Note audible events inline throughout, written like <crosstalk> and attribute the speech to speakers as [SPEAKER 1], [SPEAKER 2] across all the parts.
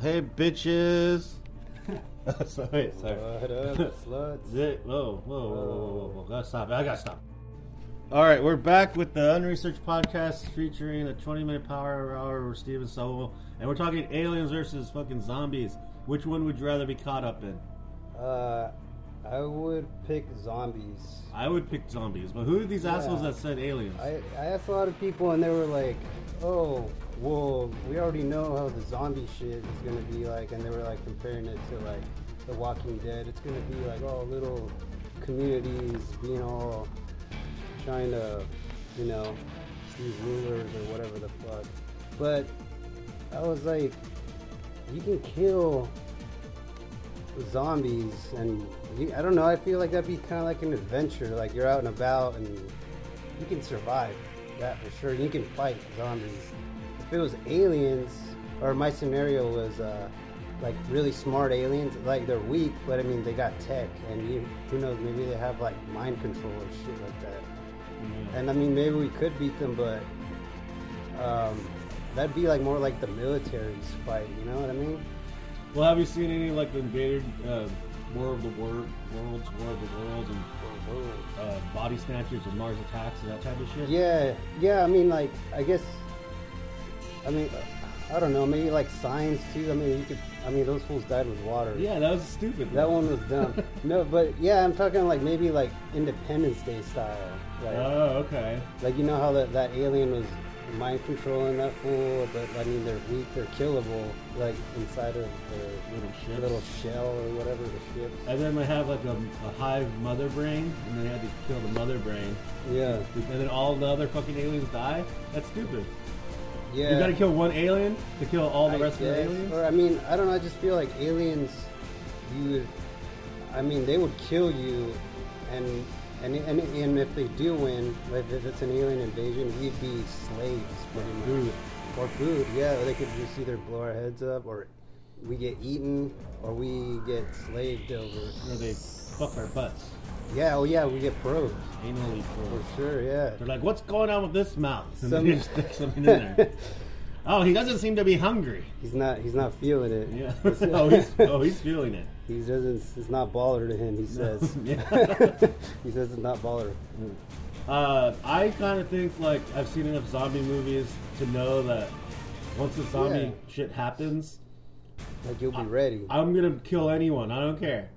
[SPEAKER 1] Hey, bitches. <laughs> sorry, sorry.
[SPEAKER 2] Slut up, sluts.
[SPEAKER 1] Yeah, Whoa, whoa, whoa, whoa, whoa, whoa. Gotta stop it. I gotta stop. All right, we're back with the Unresearched Podcast featuring a 20 minute power hour with Steven Sowell. And we're talking aliens versus fucking zombies. Which one would you rather be caught up in?
[SPEAKER 2] Uh, I would pick zombies.
[SPEAKER 1] I would pick zombies, but who are these assholes that said aliens?
[SPEAKER 2] I, I asked a lot of people, and they were like, "Oh, well, we already know how the zombie shit is gonna be like," and they were like comparing it to like The Walking Dead. It's gonna be like all little communities being all trying to, you know, be rulers or whatever the fuck. But I was like, you can kill zombies and you, I don't know. I feel like that'd be kind of like an adventure. Like you're out and about and you can survive that for sure. You can fight zombies. If it was aliens, or my scenario was uh, like really smart aliens, like they're weak, but I mean they got tech and you who knows maybe they have like mind control or shit like that.
[SPEAKER 1] Yeah.
[SPEAKER 2] And I mean maybe we could beat them, but um, that'd be like more like the military's fight. You know what I mean?
[SPEAKER 1] Well, have you seen any like the invaded uh, War of the Wor- Worlds, War of the Worlds, and uh, Body Snatchers and Mars Attacks and that type of shit?
[SPEAKER 2] Yeah, yeah. I mean, like, I guess. I mean, I don't know. Maybe like signs too. I mean, you could. I mean, those fools died with water.
[SPEAKER 1] Yeah, that was stupid.
[SPEAKER 2] That one was
[SPEAKER 1] <laughs>
[SPEAKER 2] dumb. no, but yeah, I'm talking like maybe like Independence Day style. Like,
[SPEAKER 1] Oh, okay.
[SPEAKER 2] like you know how that that alien was mind controlling that fool, but I mean they're weak, they're killable, like inside of their
[SPEAKER 1] Little shit.
[SPEAKER 2] little shell or whatever the ship.
[SPEAKER 1] And then they have like a, a hive mother brain, and they had to kill the mother brain,
[SPEAKER 2] Yeah,
[SPEAKER 1] and then all the other fucking aliens die. That's stupid.
[SPEAKER 2] yeah.
[SPEAKER 1] You gotta kill one alien to kill all the
[SPEAKER 2] I
[SPEAKER 1] rest of the
[SPEAKER 2] guess.
[SPEAKER 1] aliens.
[SPEAKER 2] Or I mean, I don't know. I just feel like aliens, you would, I mean, they would kill you, and and and, and if they do win, like if it's an alien invasion, we'd be slaves pretty much.
[SPEAKER 1] Food.
[SPEAKER 2] Or food, yeah. Or they could just either blow our heads up, or we get eaten, or we get slaved over.
[SPEAKER 1] Or they fuck our butts,
[SPEAKER 2] Yeah, oh yeah, we get probed
[SPEAKER 1] anally
[SPEAKER 2] for
[SPEAKER 1] probed.
[SPEAKER 2] sure. Yeah.
[SPEAKER 1] They're like, "What's going on with this mouth?" And
[SPEAKER 2] Some- <laughs>
[SPEAKER 1] then they just stick something in there. oh, he doesn't seem to be hungry.
[SPEAKER 2] He's not. He's not feeling it.
[SPEAKER 1] Yeah. <laughs> oh, he's oh he's feeling it.
[SPEAKER 2] He doesn't. It's not baller
[SPEAKER 1] <laughs>
[SPEAKER 2] to him. He says.
[SPEAKER 1] Yeah.
[SPEAKER 2] <laughs> he says it's not baller.
[SPEAKER 1] Uh, I kind of think like I've seen enough zombie movies to know that once the zombie
[SPEAKER 2] Yeah.
[SPEAKER 1] shit happens,
[SPEAKER 2] Like you'll be ready.
[SPEAKER 1] I'm gonna kill anyone. I don't care.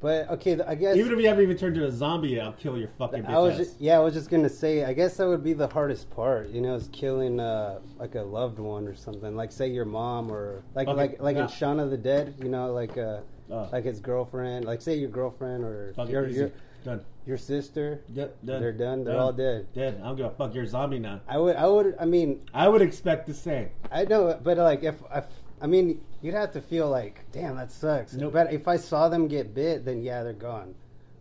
[SPEAKER 2] But okay, th- I guess
[SPEAKER 1] Even if you haven't even turned into a zombie, I'll kill your fucking bitch
[SPEAKER 2] I was
[SPEAKER 1] ass.
[SPEAKER 2] just, yeah, I was just gonna say. I guess that would be the hardest part, you know, is killing uh, like a loved one or something, like say your mom or like
[SPEAKER 1] Okay,
[SPEAKER 2] like like
[SPEAKER 1] yeah.
[SPEAKER 2] in Shaun of the Dead, you know, like uh,
[SPEAKER 1] Oh.
[SPEAKER 2] like his girlfriend, like say your girlfriend or
[SPEAKER 1] Fuck it,
[SPEAKER 2] your
[SPEAKER 1] easy.
[SPEAKER 2] your,
[SPEAKER 1] done.
[SPEAKER 2] your sister.
[SPEAKER 1] Yep, done.
[SPEAKER 2] They're done. They're all dead.
[SPEAKER 1] Dead. I don't give a fuck. You're a zombie now.
[SPEAKER 2] I would I would I mean
[SPEAKER 1] I would expect the same.
[SPEAKER 2] I know, but like if I. I mean, you'd have to feel like, damn, that sucks.
[SPEAKER 1] Nope.
[SPEAKER 2] But if I saw them get bit, then yeah, they're gone.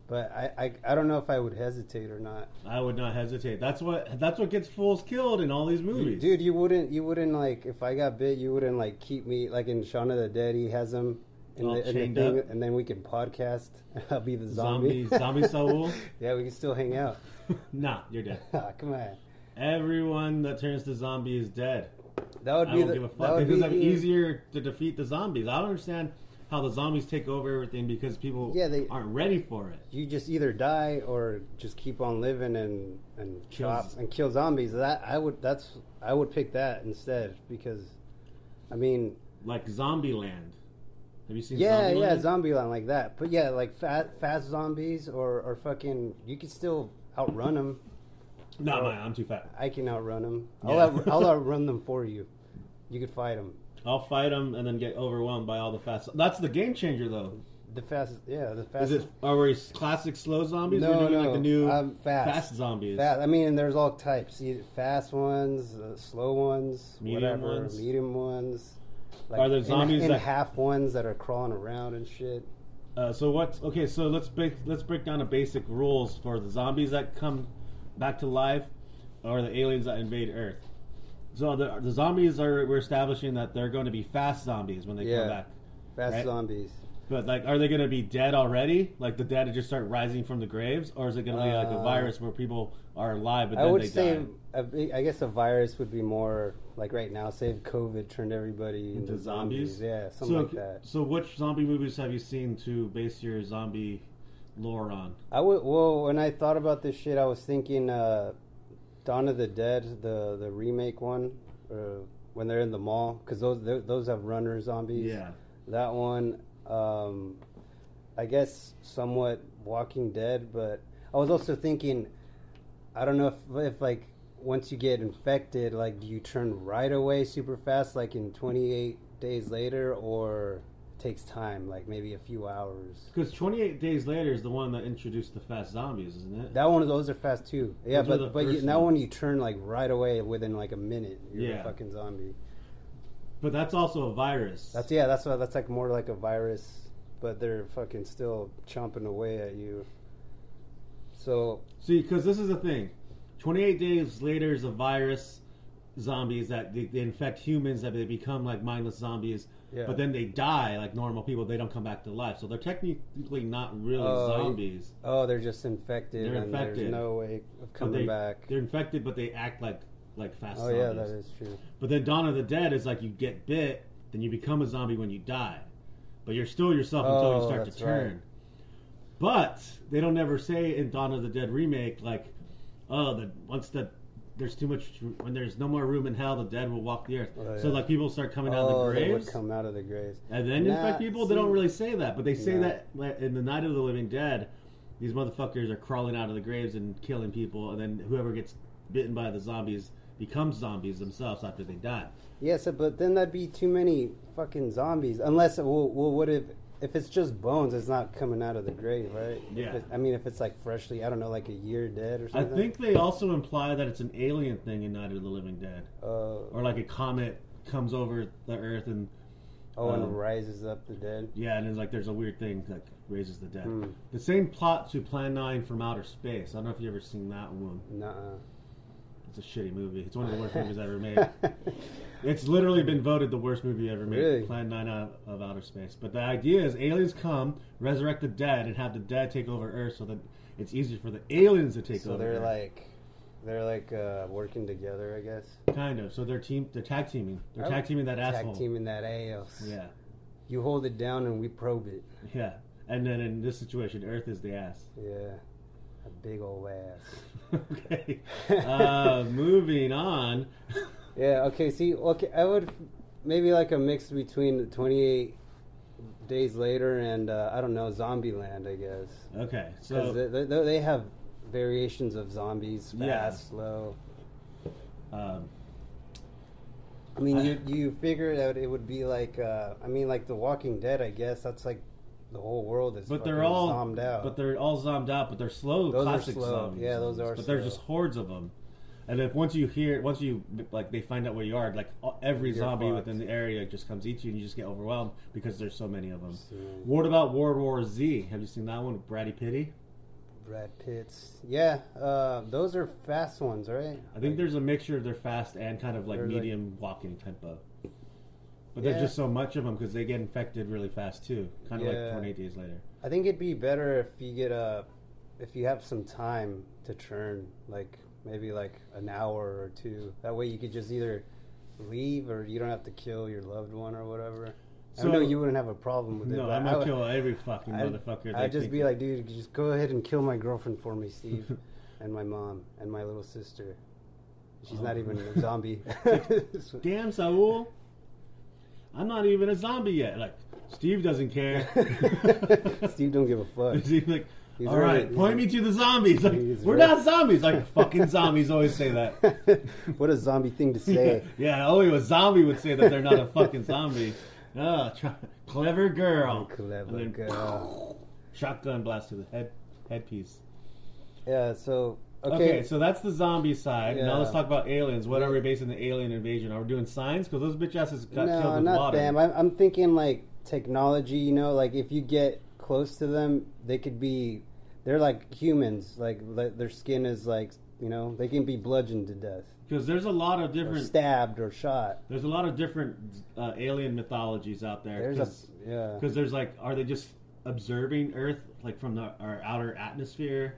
[SPEAKER 2] But I, I, I don't know if I would hesitate or not.
[SPEAKER 1] I would not hesitate. That's what that's what gets fools killed in all these movies.
[SPEAKER 2] Dude, you wouldn't, you wouldn't like if I got bit, you wouldn't like keep me like in Shaun of the Dead. He has him in
[SPEAKER 1] All
[SPEAKER 2] the, in the
[SPEAKER 1] chained
[SPEAKER 2] thing,
[SPEAKER 1] up.
[SPEAKER 2] and then we can podcast. <laughs> I'll be the
[SPEAKER 1] zombie
[SPEAKER 2] zombie.
[SPEAKER 1] zombie soul.
[SPEAKER 2] <laughs> yeah, we can still hang out. <laughs>
[SPEAKER 1] <laughs> nah, you're dead.
[SPEAKER 2] Ah, Come on,
[SPEAKER 1] Everyone that turns to zombie is dead.
[SPEAKER 2] that would
[SPEAKER 1] I
[SPEAKER 2] be
[SPEAKER 1] don't
[SPEAKER 2] the,
[SPEAKER 1] give a
[SPEAKER 2] that
[SPEAKER 1] fuck
[SPEAKER 2] would
[SPEAKER 1] because
[SPEAKER 2] be
[SPEAKER 1] I'm
[SPEAKER 2] the-
[SPEAKER 1] easier to defeat the zombies. I don't understand how the zombies take over everything because people
[SPEAKER 2] Yeah, they-
[SPEAKER 1] aren't ready for it.
[SPEAKER 2] You just either die or just keep on living and and
[SPEAKER 1] Kill
[SPEAKER 2] chop
[SPEAKER 1] z-
[SPEAKER 2] and kill zombies. That I would that's I would pick that instead because, I mean,
[SPEAKER 1] Like Zombieland. Have you seen?
[SPEAKER 2] Yeah,
[SPEAKER 1] Zombieland?
[SPEAKER 2] yeah, zombie line like that. But yeah, like fat, fast zombies or, or fucking, you can still outrun them.
[SPEAKER 1] Not mine. I'm too fat.
[SPEAKER 2] I can outrun them. I'll,
[SPEAKER 1] Yeah.
[SPEAKER 2] out, I'll outrun them for you. You could fight them.
[SPEAKER 1] I'll fight them and then get overwhelmed by all the fast. That's the game changer, though.
[SPEAKER 2] The fast, yeah, the fast.
[SPEAKER 1] Is it are we classic slow zombies?
[SPEAKER 2] No,
[SPEAKER 1] We're doing
[SPEAKER 2] no,
[SPEAKER 1] like the new
[SPEAKER 2] um, fast.
[SPEAKER 1] zombies.
[SPEAKER 2] fast? I mean, there's all types. You- Fast ones, uh, slow ones,
[SPEAKER 1] Medium
[SPEAKER 2] whatever,
[SPEAKER 1] ones.
[SPEAKER 2] medium ones. Like
[SPEAKER 1] Are there
[SPEAKER 2] in-
[SPEAKER 1] zombies
[SPEAKER 2] in,
[SPEAKER 1] that-
[SPEAKER 2] half ones that are crawling around and shit?
[SPEAKER 1] Uh, so what's okay? So let's break let's break down the basic rules for the zombies that come back to life, or the aliens that invade Earth. So the, the zombies are we're establishing that they're going to be fast zombies when they
[SPEAKER 2] Yeah.
[SPEAKER 1] come back.
[SPEAKER 2] Fast
[SPEAKER 1] Right.
[SPEAKER 2] zombies.
[SPEAKER 1] But like, are they gonna be dead already? Like the dead to just start rising from the graves, or is it gonna be like a
[SPEAKER 2] Uh,
[SPEAKER 1] virus where people are alive but
[SPEAKER 2] I
[SPEAKER 1] then
[SPEAKER 2] would
[SPEAKER 1] they
[SPEAKER 2] say,
[SPEAKER 1] die?
[SPEAKER 2] a big- I guess a virus would be more like right now. Say if COVID turned everybody into,
[SPEAKER 1] Into zombies?
[SPEAKER 2] yeah, something
[SPEAKER 1] so,
[SPEAKER 2] like that.
[SPEAKER 1] so which zombie movies have you seen to base your zombie lore on?
[SPEAKER 2] I would. Well, when I thought about this shit, I was thinking uh, Dawn of the Dead, the the remake one, or when they're in the mall, because those th- those have runner zombies.
[SPEAKER 1] Yeah,
[SPEAKER 2] that one. Um, I guess somewhat Walking Dead, but I was also thinking, I don't know if if like once you get infected, like do you turn right away super fast, like in 28 days later, or takes time, like maybe a few hours.
[SPEAKER 1] because 28 Days Later is the one that introduced the fast zombies, isn't it?
[SPEAKER 2] That one, those are fast too. Yeah,
[SPEAKER 1] Those are the
[SPEAKER 2] but but you,
[SPEAKER 1] first
[SPEAKER 2] that
[SPEAKER 1] one.
[SPEAKER 2] one you turn like right away within like a minute. You're
[SPEAKER 1] Yeah.
[SPEAKER 2] a fucking zombie.
[SPEAKER 1] but that's also a virus.
[SPEAKER 2] That's yeah. That's why that's like more like a virus, but they're fucking still chomping away at you. So
[SPEAKER 1] See, because this is the thing. 28 days later is a virus, zombies that they, they infect humans, that they become like mindless zombies,
[SPEAKER 2] yeah.
[SPEAKER 1] but then they die like normal people. They don't come back to life. So they're technically not really
[SPEAKER 2] Oh,
[SPEAKER 1] zombies.
[SPEAKER 2] oh, they're just infected.
[SPEAKER 1] They're
[SPEAKER 2] and
[SPEAKER 1] infected.
[SPEAKER 2] There's no way of coming
[SPEAKER 1] they-
[SPEAKER 2] back.
[SPEAKER 1] They're infected, but they act like like fast
[SPEAKER 2] Oh
[SPEAKER 1] zombies.
[SPEAKER 2] yeah, that is true.
[SPEAKER 1] But then Dawn of the Dead is like you get bit, then you become a zombie when you die. But you're still yourself until you
[SPEAKER 2] Oh,
[SPEAKER 1] start to
[SPEAKER 2] that's
[SPEAKER 1] turn.
[SPEAKER 2] right.
[SPEAKER 1] But they don't ever say in Dawn of the Dead remake like, oh, the once the there's too much when there's no more room in hell, the dead will walk the earth.
[SPEAKER 2] Oh,
[SPEAKER 1] So
[SPEAKER 2] yeah.
[SPEAKER 1] like people start coming out
[SPEAKER 2] oh,
[SPEAKER 1] of the
[SPEAKER 2] they would
[SPEAKER 1] graves
[SPEAKER 2] come out of the graves.
[SPEAKER 1] and then infect
[SPEAKER 2] Nah,
[SPEAKER 1] people. They don't
[SPEAKER 2] see-
[SPEAKER 1] really say that, but they say
[SPEAKER 2] Nah.
[SPEAKER 1] that like, in the Night of the Living Dead, these motherfuckers are crawling out of the graves and killing people, and then whoever gets bitten by the zombies becomes zombies themselves after they die.
[SPEAKER 2] Yeah, so, but then that'd be too many fucking zombies. Unless, well, well what if if it's just bones? It's not coming out of the grave, right? If
[SPEAKER 1] Yeah.
[SPEAKER 2] it- I mean, if it's like freshly, I don't know, like a year dead or
[SPEAKER 1] I
[SPEAKER 2] something.
[SPEAKER 1] think they also imply that it's an alien thing in Night of the Living Dead,
[SPEAKER 2] Uh,
[SPEAKER 1] or like a comet comes over the Earth and
[SPEAKER 2] oh, and
[SPEAKER 1] um,
[SPEAKER 2] rises up the dead.
[SPEAKER 1] yeah, and it's like there's a weird thing that raises the dead.
[SPEAKER 2] Hmm.
[SPEAKER 1] The same plot to Plan Nine from Outer Space. I don't know if you ever seen that one.
[SPEAKER 2] Nuh-uh.
[SPEAKER 1] It's a shitty movie. It's one of the worst movies ever
[SPEAKER 2] <laughs>
[SPEAKER 1] made. It's literally been voted the worst movie ever made.
[SPEAKER 2] Really?
[SPEAKER 1] Plan 9 out of Outer Space. But the idea is aliens come, resurrect the dead, and have the dead take over Earth so that it's easier for the aliens to take
[SPEAKER 2] so
[SPEAKER 1] over.
[SPEAKER 2] they're
[SPEAKER 1] Earth.
[SPEAKER 2] like, they're like uh, working together, I guess.
[SPEAKER 1] Kind of. So they're team. They're tag teaming. They're
[SPEAKER 2] Oh.
[SPEAKER 1] tag teaming that
[SPEAKER 2] Tag
[SPEAKER 1] asshole.
[SPEAKER 2] team in that ass.
[SPEAKER 1] Yeah,
[SPEAKER 2] You hold it down and we probe it.
[SPEAKER 1] yeah. And then in this situation, Earth is the
[SPEAKER 2] <laughs>
[SPEAKER 1] ass.
[SPEAKER 2] Yeah. A big old ass.
[SPEAKER 1] okay. Uh, moving on.
[SPEAKER 2] Yeah. Okay. See. Okay. I would maybe like a mix between the 28 days later and uh, I don't know Zombieland. I guess
[SPEAKER 1] Okay.
[SPEAKER 2] because
[SPEAKER 1] So
[SPEAKER 2] they, they, they have variations of zombies, fast,
[SPEAKER 1] Yeah.
[SPEAKER 2] slow.
[SPEAKER 1] um,
[SPEAKER 2] I mean,
[SPEAKER 1] I- <laughs>
[SPEAKER 2] you you figure that it would be like uh, I mean, like The Walking Dead. I guess that's like the whole world is.
[SPEAKER 1] But they're
[SPEAKER 2] fucking
[SPEAKER 1] all
[SPEAKER 2] zombed out.
[SPEAKER 1] But they're all zombed out. But they're slow
[SPEAKER 2] Those are
[SPEAKER 1] classic
[SPEAKER 2] slow.
[SPEAKER 1] zombies.
[SPEAKER 2] Yeah, those are
[SPEAKER 1] But there's
[SPEAKER 2] slow.
[SPEAKER 1] just hordes of them. And if once you hear, once you like, they find out where you are. Like all- every
[SPEAKER 2] You're
[SPEAKER 1] zombie
[SPEAKER 2] fucked.
[SPEAKER 1] within the area just comes eat you, and you just get overwhelmed because there's so many of them.
[SPEAKER 2] So,
[SPEAKER 1] What about World War Z? Have you seen that one with Brady Pitty?
[SPEAKER 2] Brad Pitts. Yeah. Uh, those are fast ones, right?
[SPEAKER 1] I think there's a mixture of their fast and kind of like
[SPEAKER 2] They're like-
[SPEAKER 1] medium walking tempo. But there's
[SPEAKER 2] Yeah.
[SPEAKER 1] just so much of them because they get infected really fast too. Kind of like
[SPEAKER 2] Yeah.
[SPEAKER 1] 28 days later.
[SPEAKER 2] I think it'd be better if you get a, if you have some time to churn, like maybe like an hour or two. That way you could just either leave or you don't have to kill your loved one or whatever. I
[SPEAKER 1] So-
[SPEAKER 2] know you wouldn't have a problem with it.
[SPEAKER 1] No,
[SPEAKER 2] but
[SPEAKER 1] I'm
[SPEAKER 2] I
[SPEAKER 1] gonna
[SPEAKER 2] would-
[SPEAKER 1] kill every fucking
[SPEAKER 2] I'd-
[SPEAKER 1] motherfucker.
[SPEAKER 2] I'd
[SPEAKER 1] that
[SPEAKER 2] just
[SPEAKER 1] think-
[SPEAKER 2] be like, dude, just go ahead and kill my girlfriend for
[SPEAKER 1] <laughs>
[SPEAKER 2] me, Steve, and my mom and my little sister. She's not
[SPEAKER 1] Oh.
[SPEAKER 2] even
[SPEAKER 1] <laughs>
[SPEAKER 2] a zombie.
[SPEAKER 1] damn Saul, I'm not even a zombie yet. Like Steve doesn't
[SPEAKER 2] <laughs>
[SPEAKER 1] care. <laughs>
[SPEAKER 2] Steve don't give a fuck.
[SPEAKER 1] He's like,
[SPEAKER 2] He's
[SPEAKER 1] all right,
[SPEAKER 2] already- he's
[SPEAKER 1] point me to the zombies. Like,
[SPEAKER 2] He's
[SPEAKER 1] we're
[SPEAKER 2] right.
[SPEAKER 1] not zombies. Like fucking zombies always say that.
[SPEAKER 2] what a zombie thing
[SPEAKER 1] <laughs>
[SPEAKER 2] to <laughs> say.
[SPEAKER 1] yeah, only a zombie would say that they're not a fucking zombie. Oh, try, clever girl.
[SPEAKER 2] Clever
[SPEAKER 1] And then <laughs>
[SPEAKER 2] girl.
[SPEAKER 1] Shotgun blast to the head headpiece.
[SPEAKER 2] Yeah, so okay.
[SPEAKER 1] Okay. so that's the zombie side. Now
[SPEAKER 2] Yeah.
[SPEAKER 1] let's talk about aliens. What are we basing the alien invasion? Are we doing science? Because those bitch asses got killed
[SPEAKER 2] no,
[SPEAKER 1] with
[SPEAKER 2] not
[SPEAKER 1] water.
[SPEAKER 2] them. I'm, I'm thinking like technology. You know, like if you get close to them, they could be. They're like humans. Like le- their skin is like you know they can be bludgeoned to death.
[SPEAKER 1] because there's a lot of
[SPEAKER 2] or
[SPEAKER 1] different
[SPEAKER 2] stabbed or shot.
[SPEAKER 1] there's a lot of different uh, alien mythologies out there.
[SPEAKER 2] There's a yeah.
[SPEAKER 1] because there's like are they just observing Earth like from the, our outer atmosphere,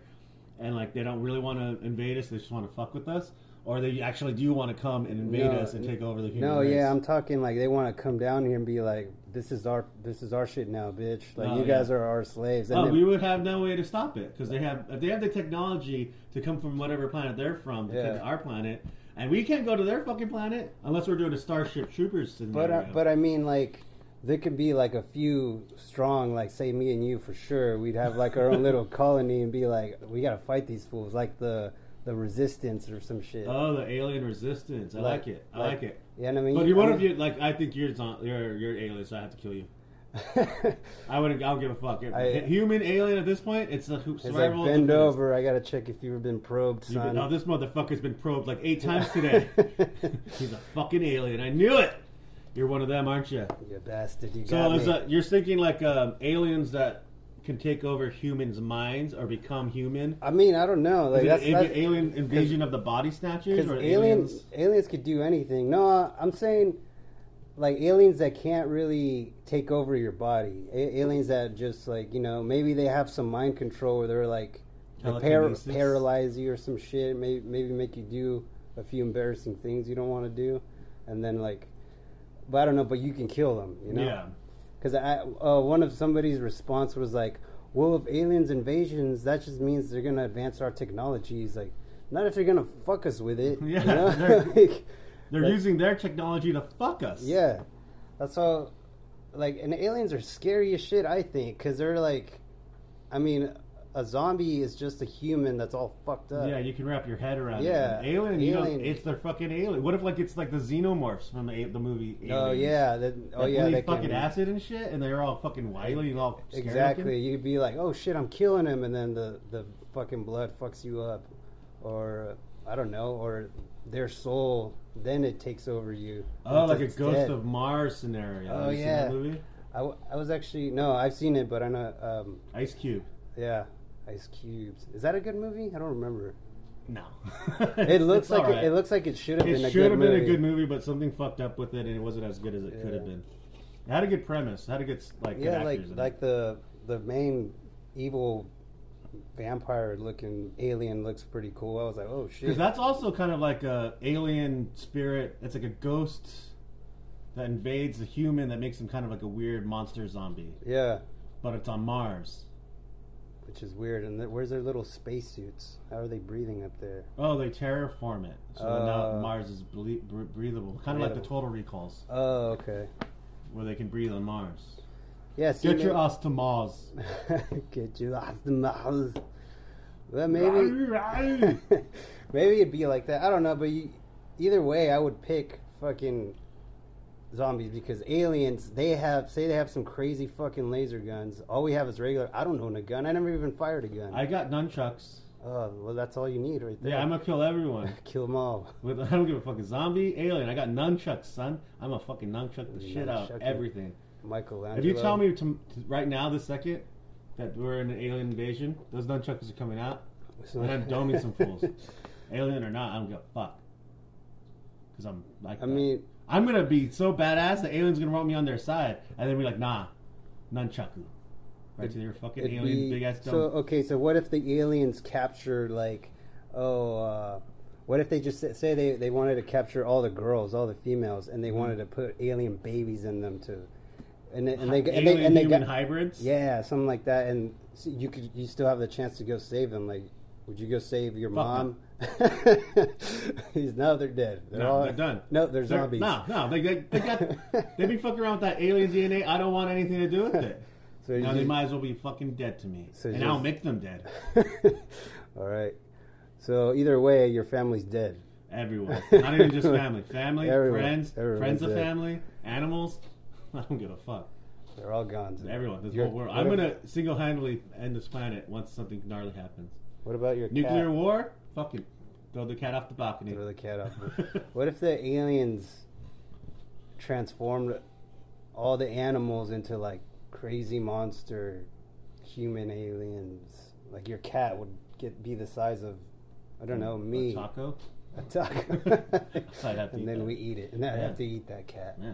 [SPEAKER 1] and like they don't really want to invade us. They just want to fuck with us, or they actually do want to come and invade
[SPEAKER 2] No,
[SPEAKER 1] us and take over the human
[SPEAKER 2] No,
[SPEAKER 1] race.
[SPEAKER 2] yeah, I'm talking like they want to come down here and be like, "This is our, this is our shit now, bitch. Like
[SPEAKER 1] Oh,
[SPEAKER 2] you
[SPEAKER 1] yeah.
[SPEAKER 2] guys are our slaves." And
[SPEAKER 1] Oh,
[SPEAKER 2] they-
[SPEAKER 1] we would have no way to stop it because they have if they have the technology to come from whatever planet they're from to come
[SPEAKER 2] Yeah.
[SPEAKER 1] to our planet, and we can't go to their fucking planet unless we're doing a Starship Troopers
[SPEAKER 2] but
[SPEAKER 1] scenario.
[SPEAKER 2] I, but I mean like. There could be like a few strong, like say me and you for sure. We'd have like our
[SPEAKER 1] <laughs>
[SPEAKER 2] own little colony and be like, we gotta fight these fools, like the the resistance or some shit.
[SPEAKER 1] oh, the alien resistance! I like, it. I like, it.
[SPEAKER 2] Yeah, and I mean,
[SPEAKER 1] But you,
[SPEAKER 2] I
[SPEAKER 1] one of
[SPEAKER 2] <laughs> mean-
[SPEAKER 1] you, like, I think you're zon- you're you're alien, so I have to kill you. I wouldn't. I don't give a fuck.
[SPEAKER 2] I-
[SPEAKER 1] Human alien at this point, it's a hoop
[SPEAKER 2] It's like
[SPEAKER 1] survival. of the
[SPEAKER 2] bend
[SPEAKER 1] fittest.
[SPEAKER 2] over. I gotta check if you've been probed,
[SPEAKER 1] You've
[SPEAKER 2] son.
[SPEAKER 1] been- oh, this motherfucker's been probed like
[SPEAKER 2] <laughs>
[SPEAKER 1] eight times today. He's a fucking alien. I knew it. You're one of them, aren't you?
[SPEAKER 2] you bastard! You
[SPEAKER 1] So
[SPEAKER 2] got
[SPEAKER 1] is
[SPEAKER 2] me.
[SPEAKER 1] that, you're thinking like um, aliens that can take over humans' minds or become human?
[SPEAKER 2] I mean, I don't know. Like
[SPEAKER 1] Is it
[SPEAKER 2] that's,
[SPEAKER 1] an
[SPEAKER 2] that's
[SPEAKER 1] alien invasion of the body snatchers
[SPEAKER 2] Because
[SPEAKER 1] or
[SPEAKER 2] aliens, aliens could do anything. No, uh, I'm saying like aliens that can't really take over your body. A- aliens that just like you know maybe they have some mind control where they're like they par-
[SPEAKER 1] Telekinesis?
[SPEAKER 2] paralyze you or some shit. Maybe maybe make you do a few embarrassing things you don't want to do, and then like, but I don't know. But you can kill them. You know.
[SPEAKER 1] Yeah.
[SPEAKER 2] Because uh, one of somebody's response was like, "Well, if aliens invasions, that just means they're gonna advance our technologies. Like, not if they're gonna fuck us with it.
[SPEAKER 1] <laughs> Yeah,
[SPEAKER 2] you know?
[SPEAKER 1] they're-
[SPEAKER 2] Like,
[SPEAKER 1] They're
[SPEAKER 2] Like-
[SPEAKER 1] using their technology to fuck us.
[SPEAKER 2] yeah. That's how. Like, and aliens are scary as shit. I think because they're like, I mean, a zombie is just a human that's all fucked up.
[SPEAKER 1] Yeah, you can wrap your head around
[SPEAKER 2] uh,
[SPEAKER 1] it.
[SPEAKER 2] Yeah,
[SPEAKER 1] An Alien, you know,
[SPEAKER 2] alien.
[SPEAKER 1] it's their fucking alien. What if like it's like the xenomorphs from the, the movie? Aliens?
[SPEAKER 2] Oh yeah. That, oh
[SPEAKER 1] Like,
[SPEAKER 2] yeah.
[SPEAKER 1] bleed
[SPEAKER 2] They
[SPEAKER 1] fucking
[SPEAKER 2] can,
[SPEAKER 1] acid and shit, and they're all fucking wily and all scary
[SPEAKER 2] Exactly.
[SPEAKER 1] looking.
[SPEAKER 2] You could be like, "Oh shit, I'm killing him," and then the the fucking blood fucks you up, or I don't know, or their soul. Then it takes over you.
[SPEAKER 1] Oh,
[SPEAKER 2] once
[SPEAKER 1] like a
[SPEAKER 2] it's
[SPEAKER 1] ghost
[SPEAKER 2] dead.
[SPEAKER 1] of Mars scenario.
[SPEAKER 2] Oh,
[SPEAKER 1] Have you seen
[SPEAKER 2] yeah.
[SPEAKER 1] that movie?
[SPEAKER 2] I, w- I was actually no, I've seen it, but I know. Um,
[SPEAKER 1] Ice Cube.
[SPEAKER 2] yeah, Ice Cubes. Is that a good movie? I
[SPEAKER 1] <laughs>
[SPEAKER 2] don't remember.
[SPEAKER 1] No,
[SPEAKER 2] It looks
[SPEAKER 1] It's
[SPEAKER 2] like
[SPEAKER 1] alright.
[SPEAKER 2] it, it looks like it should have been a
[SPEAKER 1] It
[SPEAKER 2] good
[SPEAKER 1] should have been
[SPEAKER 2] movie.
[SPEAKER 1] a good movie, but something fucked up with it, and it wasn't as good as it could
[SPEAKER 2] Yeah.
[SPEAKER 1] have been. It had a good premise. It had a good like good
[SPEAKER 2] Yeah, like
[SPEAKER 1] actors in it.
[SPEAKER 2] like the the main evil vampire looking alien looks pretty cool. I was like, oh shit.
[SPEAKER 1] Because that's also kind of like a alien spirit. It's like a ghost that invades the human that makes him kind of like a weird monster zombie.
[SPEAKER 2] yeah.
[SPEAKER 1] But it's on Mars.
[SPEAKER 2] Which is weird. And th- where's their little spacesuits? How are they breathing up there?
[SPEAKER 1] Oh, they terraform it, so that now
[SPEAKER 2] Uh,
[SPEAKER 1] Mars is ble- br- breathable. Kind of like the
[SPEAKER 2] Breathable.
[SPEAKER 1] Total Recalls,
[SPEAKER 2] Oh, okay.
[SPEAKER 1] where they can breathe on Mars.
[SPEAKER 2] Yeah, see,
[SPEAKER 1] Get
[SPEAKER 2] <laughs>
[SPEAKER 1] your
[SPEAKER 2] may-
[SPEAKER 1] ass to Mars.
[SPEAKER 2] get your ass to Mars. Well, maybe, <laughs> maybe it'd be like that. I don't know, but you, either way, I would pick fucking zombies because aliens they have say they have some crazy fucking laser guns. All we have is regular. I don't own a gun. I never even fired a
[SPEAKER 1] <laughs>
[SPEAKER 2] gun.
[SPEAKER 1] I got nunchucks.
[SPEAKER 2] oh, well, that's all you need right there.
[SPEAKER 1] Yeah, I'm gonna kill everyone.
[SPEAKER 2] <laughs> kill them all.
[SPEAKER 1] With, <laughs> I don't give a fuck. Zombie, alien. I got nunchucks, son. I'm a fucking nunchuck the shit out
[SPEAKER 2] Nunchuck
[SPEAKER 1] of
[SPEAKER 2] it.
[SPEAKER 1] everything.
[SPEAKER 2] Michelangelo.
[SPEAKER 1] If you tell
[SPEAKER 2] <laughs>
[SPEAKER 1] me to, to- right now, the second, that we're in an alien invasion, those nunchuckers are coming out, and I'm doming some fools. Alien or not, I don't give a fuck. Because I'm like,
[SPEAKER 2] I
[SPEAKER 1] that.
[SPEAKER 2] mean,
[SPEAKER 1] I'm gonna be so badass that aliens gonna want me on their side, and then be like, nah, nunchaku, right to your fucking
[SPEAKER 2] It'd
[SPEAKER 1] alien
[SPEAKER 2] be-
[SPEAKER 1] big ass
[SPEAKER 2] So
[SPEAKER 1] dumb.
[SPEAKER 2] okay, so what if the aliens capture like, oh, uh, what if they just sa- say they they wanted to capture all the girls, all the females, and they
[SPEAKER 1] Mm-hmm.
[SPEAKER 2] wanted to put alien babies in them too, and they, and they and
[SPEAKER 1] alien
[SPEAKER 2] they, and they
[SPEAKER 1] human
[SPEAKER 2] got
[SPEAKER 1] hybrids.
[SPEAKER 2] yeah, something like that, and so you could you still have the chance to go save them, like. Would you go save your
[SPEAKER 1] Fuck
[SPEAKER 2] mom? <laughs> He's no, they're dead. They're
[SPEAKER 1] No,
[SPEAKER 2] all
[SPEAKER 1] they're done.
[SPEAKER 2] No, they're, zombies.
[SPEAKER 1] No, no, they, they, they got
[SPEAKER 2] <laughs>
[SPEAKER 1] they be fucking around with that alien DNA. I don't want anything to do with it.
[SPEAKER 2] So
[SPEAKER 1] Now
[SPEAKER 2] you-
[SPEAKER 1] they might as well be fucking dead to me,
[SPEAKER 2] So
[SPEAKER 1] and
[SPEAKER 2] just-
[SPEAKER 1] I'll make them dead.
[SPEAKER 2] <laughs> all right. So either way, your family's dead.
[SPEAKER 1] Everyone,
[SPEAKER 2] <laughs>
[SPEAKER 1] not even just family, family,
[SPEAKER 2] Everyone.
[SPEAKER 1] friends,
[SPEAKER 2] Everyone's
[SPEAKER 1] friends of
[SPEAKER 2] dead.
[SPEAKER 1] family, animals. <laughs> I don't give a fuck.
[SPEAKER 2] They're all gone.
[SPEAKER 1] Everyone, this
[SPEAKER 2] Your-
[SPEAKER 1] whole world.
[SPEAKER 2] what
[SPEAKER 1] I'm
[SPEAKER 2] if-
[SPEAKER 1] gonna single-handedly end this planet once something gnarly happens.
[SPEAKER 2] What about your
[SPEAKER 1] Nuclear
[SPEAKER 2] cat?
[SPEAKER 1] war? Fuck it. Throw the cat off the balcony.
[SPEAKER 2] Throw the cat off.
[SPEAKER 1] <laughs>
[SPEAKER 2] what if the aliens transformed all the animals into like crazy monster human aliens? Like your cat would get be the size of I don't know me.
[SPEAKER 1] Taco. <laughs>
[SPEAKER 2] a taco.
[SPEAKER 1] I'd have to eat
[SPEAKER 2] and then
[SPEAKER 1] that.
[SPEAKER 2] we eat it, and then I
[SPEAKER 1] Yeah.
[SPEAKER 2] have to eat that cat.
[SPEAKER 1] Yeah,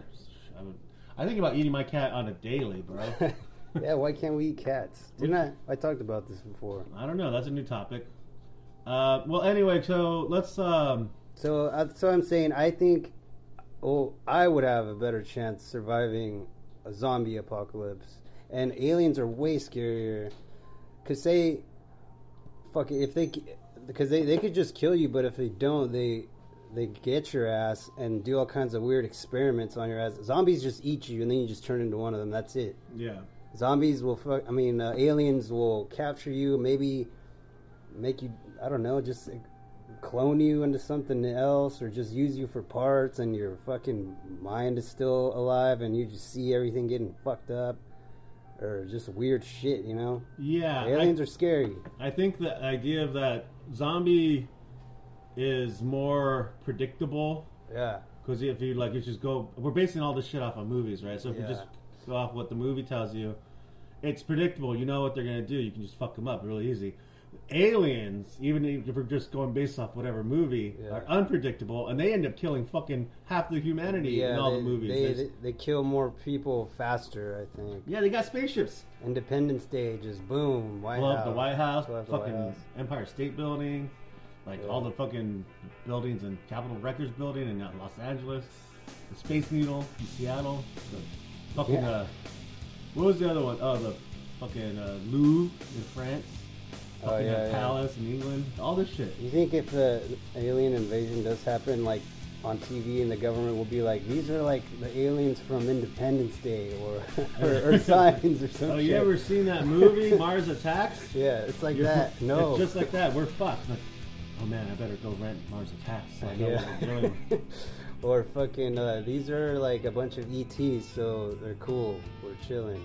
[SPEAKER 1] I would. I think about eating my cat on a daily, bro.
[SPEAKER 2] <laughs> yeah, why can't we eat cats? Didn't I? I talked about this before.
[SPEAKER 1] I don't know. That's a new topic. Uh, well, anyway, so let's. Um,
[SPEAKER 2] So uh, so I'm saying I think, oh, I would have a better chance surviving a zombie apocalypse, and aliens are way scarier. Cause say, fuck it, if they, c- because they they could just kill you, but if they don't, they they get your ass and do all kinds of weird experiments on your ass. Zombies just eat you, and then you just turn into one of them. That's it.
[SPEAKER 1] yeah,
[SPEAKER 2] Zombies will fuck. I mean, uh, aliens will capture you. Maybe make you. I don't know. Just uh, clone you into something else, or just use you for parts, and your fucking mind is still alive, and you just see everything getting fucked up, or just weird shit. You know,
[SPEAKER 1] yeah. I,
[SPEAKER 2] aliens are scary.
[SPEAKER 1] I think the idea of that zombie is more predictable
[SPEAKER 2] Yeah.
[SPEAKER 1] because if you like, you just go. We're basing all this shit off of movies, right? So if
[SPEAKER 2] Yeah.
[SPEAKER 1] you just go off what the movie tells you, it's predictable. You know what they're gonna do. You can just fuck them up really easy. Aliens, even if we're just going based off whatever movie,
[SPEAKER 2] Yeah.
[SPEAKER 1] are unpredictable, and they end up killing fucking half the humanity in all
[SPEAKER 2] they,
[SPEAKER 1] the movies.
[SPEAKER 2] They,
[SPEAKER 1] There's-
[SPEAKER 2] they, they kill more people faster, I think.
[SPEAKER 1] Yeah, they got spaceships.
[SPEAKER 2] Independence Day, just boom. White
[SPEAKER 1] Blow
[SPEAKER 2] House.
[SPEAKER 1] up the White House,
[SPEAKER 2] Blow up the White
[SPEAKER 1] fucking
[SPEAKER 2] House.
[SPEAKER 1] Empire State Building, like
[SPEAKER 2] Yeah.
[SPEAKER 1] all the fucking buildings in Capitol Records Building in uh, Los Angeles, the Space Needle in Seattle, the fucking
[SPEAKER 2] Yeah.
[SPEAKER 1] uh, what was the other one? Oh, the fucking uh, Louvre in France,
[SPEAKER 2] Oh,
[SPEAKER 1] fucking
[SPEAKER 2] yeah,
[SPEAKER 1] uh,
[SPEAKER 2] yeah.
[SPEAKER 1] Palace in England, all this shit.
[SPEAKER 2] You think if the alien invasion does happen, like on TV, and the government will be like, "These are like the aliens from Independence Day," or <laughs> or, or signs or
[SPEAKER 1] <laughs>
[SPEAKER 2] something?
[SPEAKER 1] Oh, you ever seen
[SPEAKER 2] <laughs>
[SPEAKER 1] that movie Mars Attacks?
[SPEAKER 2] Yeah, it's like
[SPEAKER 1] You're-
[SPEAKER 2] that. No,
[SPEAKER 1] it's just like that. We're fucked. Like, oh man, I better go rent Mars Attacks. So I know
[SPEAKER 2] Yeah.
[SPEAKER 1] what we're doing.
[SPEAKER 2] <laughs> or fucking. Uh, these are like a bunch of ETs, so they're cool. We're chilling.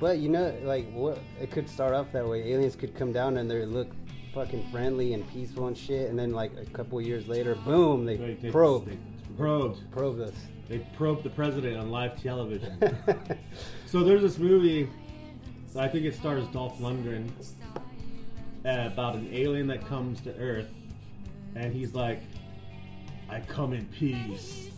[SPEAKER 2] But you know, like what? It could start off that way. Aliens could come down and they look fucking friendly and peaceful and shit, and then like a couple years later, boom, they,
[SPEAKER 1] They- they-
[SPEAKER 2] probe,
[SPEAKER 1] they probed.
[SPEAKER 2] probe us.
[SPEAKER 1] They probed the president on live
[SPEAKER 2] <laughs>
[SPEAKER 1] television. so there's this movie. I think it stars Dolph Lundgren uh, about an alien that comes to Earth, and he's like, "I come in peace,"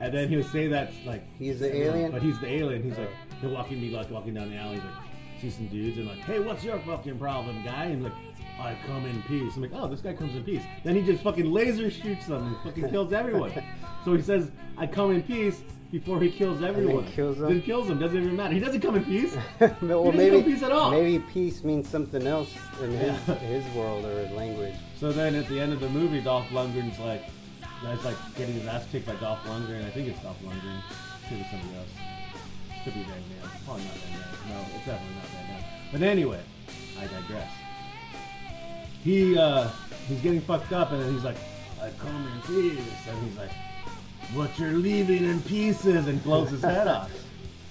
[SPEAKER 1] and then he'll say that like
[SPEAKER 2] He's the alien?
[SPEAKER 1] but he's the alien. He's like he'll walking me like walking down the alley. He's like, see some dudes and like, "Hey, what's your fucking problem, guy?" And like. I come in peace. I'm like, oh, this guy comes in peace. Then he just fucking laser shoots them and fucking kills everyone. so he says, I come in peace before he kills everyone.
[SPEAKER 2] kills them?
[SPEAKER 1] Then kills them. Doesn't even matter. He doesn't come in peace.
[SPEAKER 2] <laughs> well,
[SPEAKER 1] didn't
[SPEAKER 2] maybe
[SPEAKER 1] feel peace at all.
[SPEAKER 2] maybe peace means something else in his,
[SPEAKER 1] Yeah. <laughs>
[SPEAKER 2] his world or his language.
[SPEAKER 1] So then at the end of the movie, Dolph Lundgren's like, guy's like getting his ass kicked by Dolph Lundgren. I think it's Dolph Lundgren. Could be somebody else. Could be Van Damme. Probably not Van Damme. No, it's definitely not Van Damme. But anyway, I digress. He, uh, he's getting fucked up and then he's like, I come in peace. And he's like, what you're leaving in pieces and blows his head off.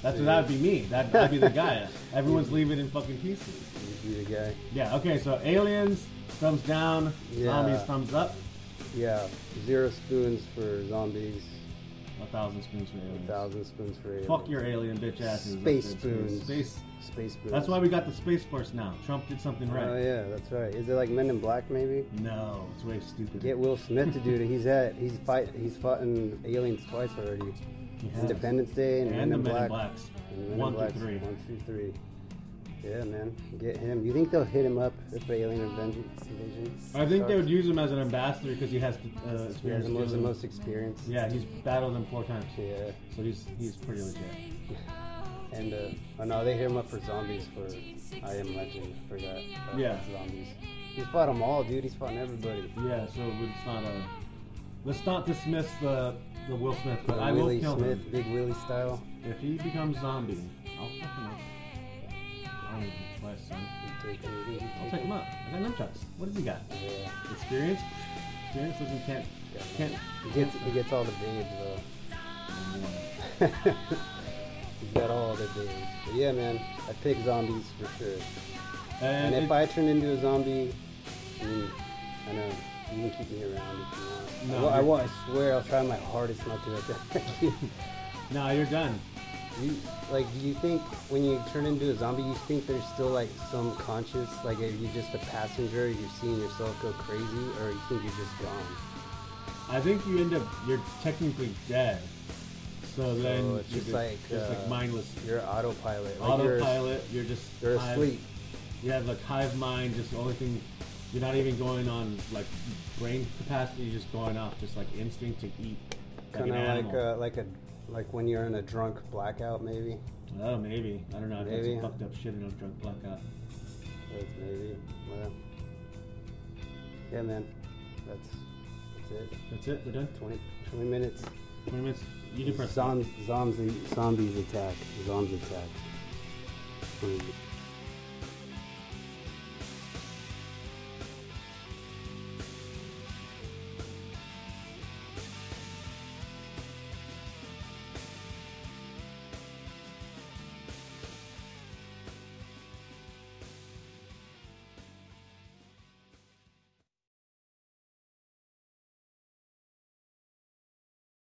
[SPEAKER 1] That's what that'd be me. That'd, that'd be the guy. Everyone's leaving in fucking pieces.
[SPEAKER 2] You'd be the guy.
[SPEAKER 1] Yeah, okay, so aliens, thumbs down,
[SPEAKER 2] Yeah.
[SPEAKER 1] zombies, thumbs up,
[SPEAKER 2] Yeah, zero spoons for zombies,
[SPEAKER 1] a thousand spoons for
[SPEAKER 2] a
[SPEAKER 1] aliens.
[SPEAKER 2] thousand spoons for aliens.
[SPEAKER 1] Fuck your alien bitch asses.
[SPEAKER 2] space
[SPEAKER 1] That's good.
[SPEAKER 2] spoons.
[SPEAKER 1] Space.
[SPEAKER 2] Space spoons.
[SPEAKER 1] That's why we got the Space Force now. Trump did something right.
[SPEAKER 2] Oh yeah, that's right. Is it like Men in Black? Maybe
[SPEAKER 1] No, it's way stupid.
[SPEAKER 2] get Will Smith to do it. He's at he's fight he's fought in aliens twice already.
[SPEAKER 1] Yes.
[SPEAKER 2] Independence Day and,
[SPEAKER 1] and
[SPEAKER 2] Men
[SPEAKER 1] the
[SPEAKER 2] in
[SPEAKER 1] Men in
[SPEAKER 2] Black.
[SPEAKER 1] Blacks.
[SPEAKER 2] And Men in
[SPEAKER 1] One
[SPEAKER 2] Black's
[SPEAKER 1] through three.
[SPEAKER 2] One through three. Yeah, man, get him. You think they'll hit him up if the alien invasion? invasion
[SPEAKER 1] I think they
[SPEAKER 2] starts?
[SPEAKER 1] would use him as an ambassador because he has the uh,
[SPEAKER 2] He has
[SPEAKER 1] experience.
[SPEAKER 2] the most, the
[SPEAKER 1] dealing-
[SPEAKER 2] most experience.
[SPEAKER 1] Yeah, he's battled them four times,
[SPEAKER 2] Yeah. <laughs>
[SPEAKER 1] so he's he's pretty legit.
[SPEAKER 2] And uh, oh no, they hit him up for zombies for I Am Legend. For that. uh,
[SPEAKER 1] Yeah.
[SPEAKER 2] Zombies. He's fought them all, dude. He's fought everybody.
[SPEAKER 1] Yeah, so it's not a. Let's not dismiss the the Will Smith, but I will
[SPEAKER 2] Willie
[SPEAKER 1] kill
[SPEAKER 2] Smith,
[SPEAKER 1] him.
[SPEAKER 2] Big Willie style.
[SPEAKER 1] If he becomes zombie, I'll fucking up. I don't even think twice, son.
[SPEAKER 2] He'd take him- he'd
[SPEAKER 1] I'll
[SPEAKER 2] take
[SPEAKER 1] take him
[SPEAKER 2] him.
[SPEAKER 1] up. I got nunchucks. What does he got?
[SPEAKER 2] Yeah.
[SPEAKER 1] Experience? Experience doesn't can't can't.
[SPEAKER 2] He gets he gets all the babes though. He's got all the babes. But yeah, man, I pick zombies for sure.
[SPEAKER 1] And,
[SPEAKER 2] And if
[SPEAKER 1] it-
[SPEAKER 2] I turn into a zombie, I mean, I know you can keep me around if you want.
[SPEAKER 1] No,
[SPEAKER 2] No, I,
[SPEAKER 1] you're-
[SPEAKER 2] want. I swear, I'll try my hardest not to let <laughs> that.
[SPEAKER 1] no, you're done.
[SPEAKER 2] You, like, do you think when you turn into a zombie, you think there's still like some conscious? Like, are you just a passenger? You're seeing yourself go crazy, or you think you're just gone?
[SPEAKER 1] I think you end up you're technically dead. So then
[SPEAKER 2] it's
[SPEAKER 1] you're
[SPEAKER 2] just like,
[SPEAKER 1] just
[SPEAKER 2] uh,
[SPEAKER 1] like mindless
[SPEAKER 2] You're autopilot. Like You're,
[SPEAKER 1] autopilot. You're, just
[SPEAKER 2] you're
[SPEAKER 1] hive-
[SPEAKER 2] asleep.
[SPEAKER 1] You have like hive mind. Just the only thing you're not even going on like brain capacity. You're just going off just like instinct to eat. Like
[SPEAKER 2] Kind
[SPEAKER 1] an
[SPEAKER 2] of like uh,
[SPEAKER 1] animal.
[SPEAKER 2] a, like a like when you're in a drunk blackout, maybe.
[SPEAKER 1] oh maybe I don't know. I've done
[SPEAKER 2] Maybe.
[SPEAKER 1] some fucked up shit and I'm drunk blackout.
[SPEAKER 2] That's maybe. Well, yeah, man. That's that's it.
[SPEAKER 1] That's it. We're done.
[SPEAKER 2] 20, 20 minutes.
[SPEAKER 1] Twenty minutes. You do press.
[SPEAKER 2] Zom, zombies, zombies attack. Zombies attack. 20 minutes.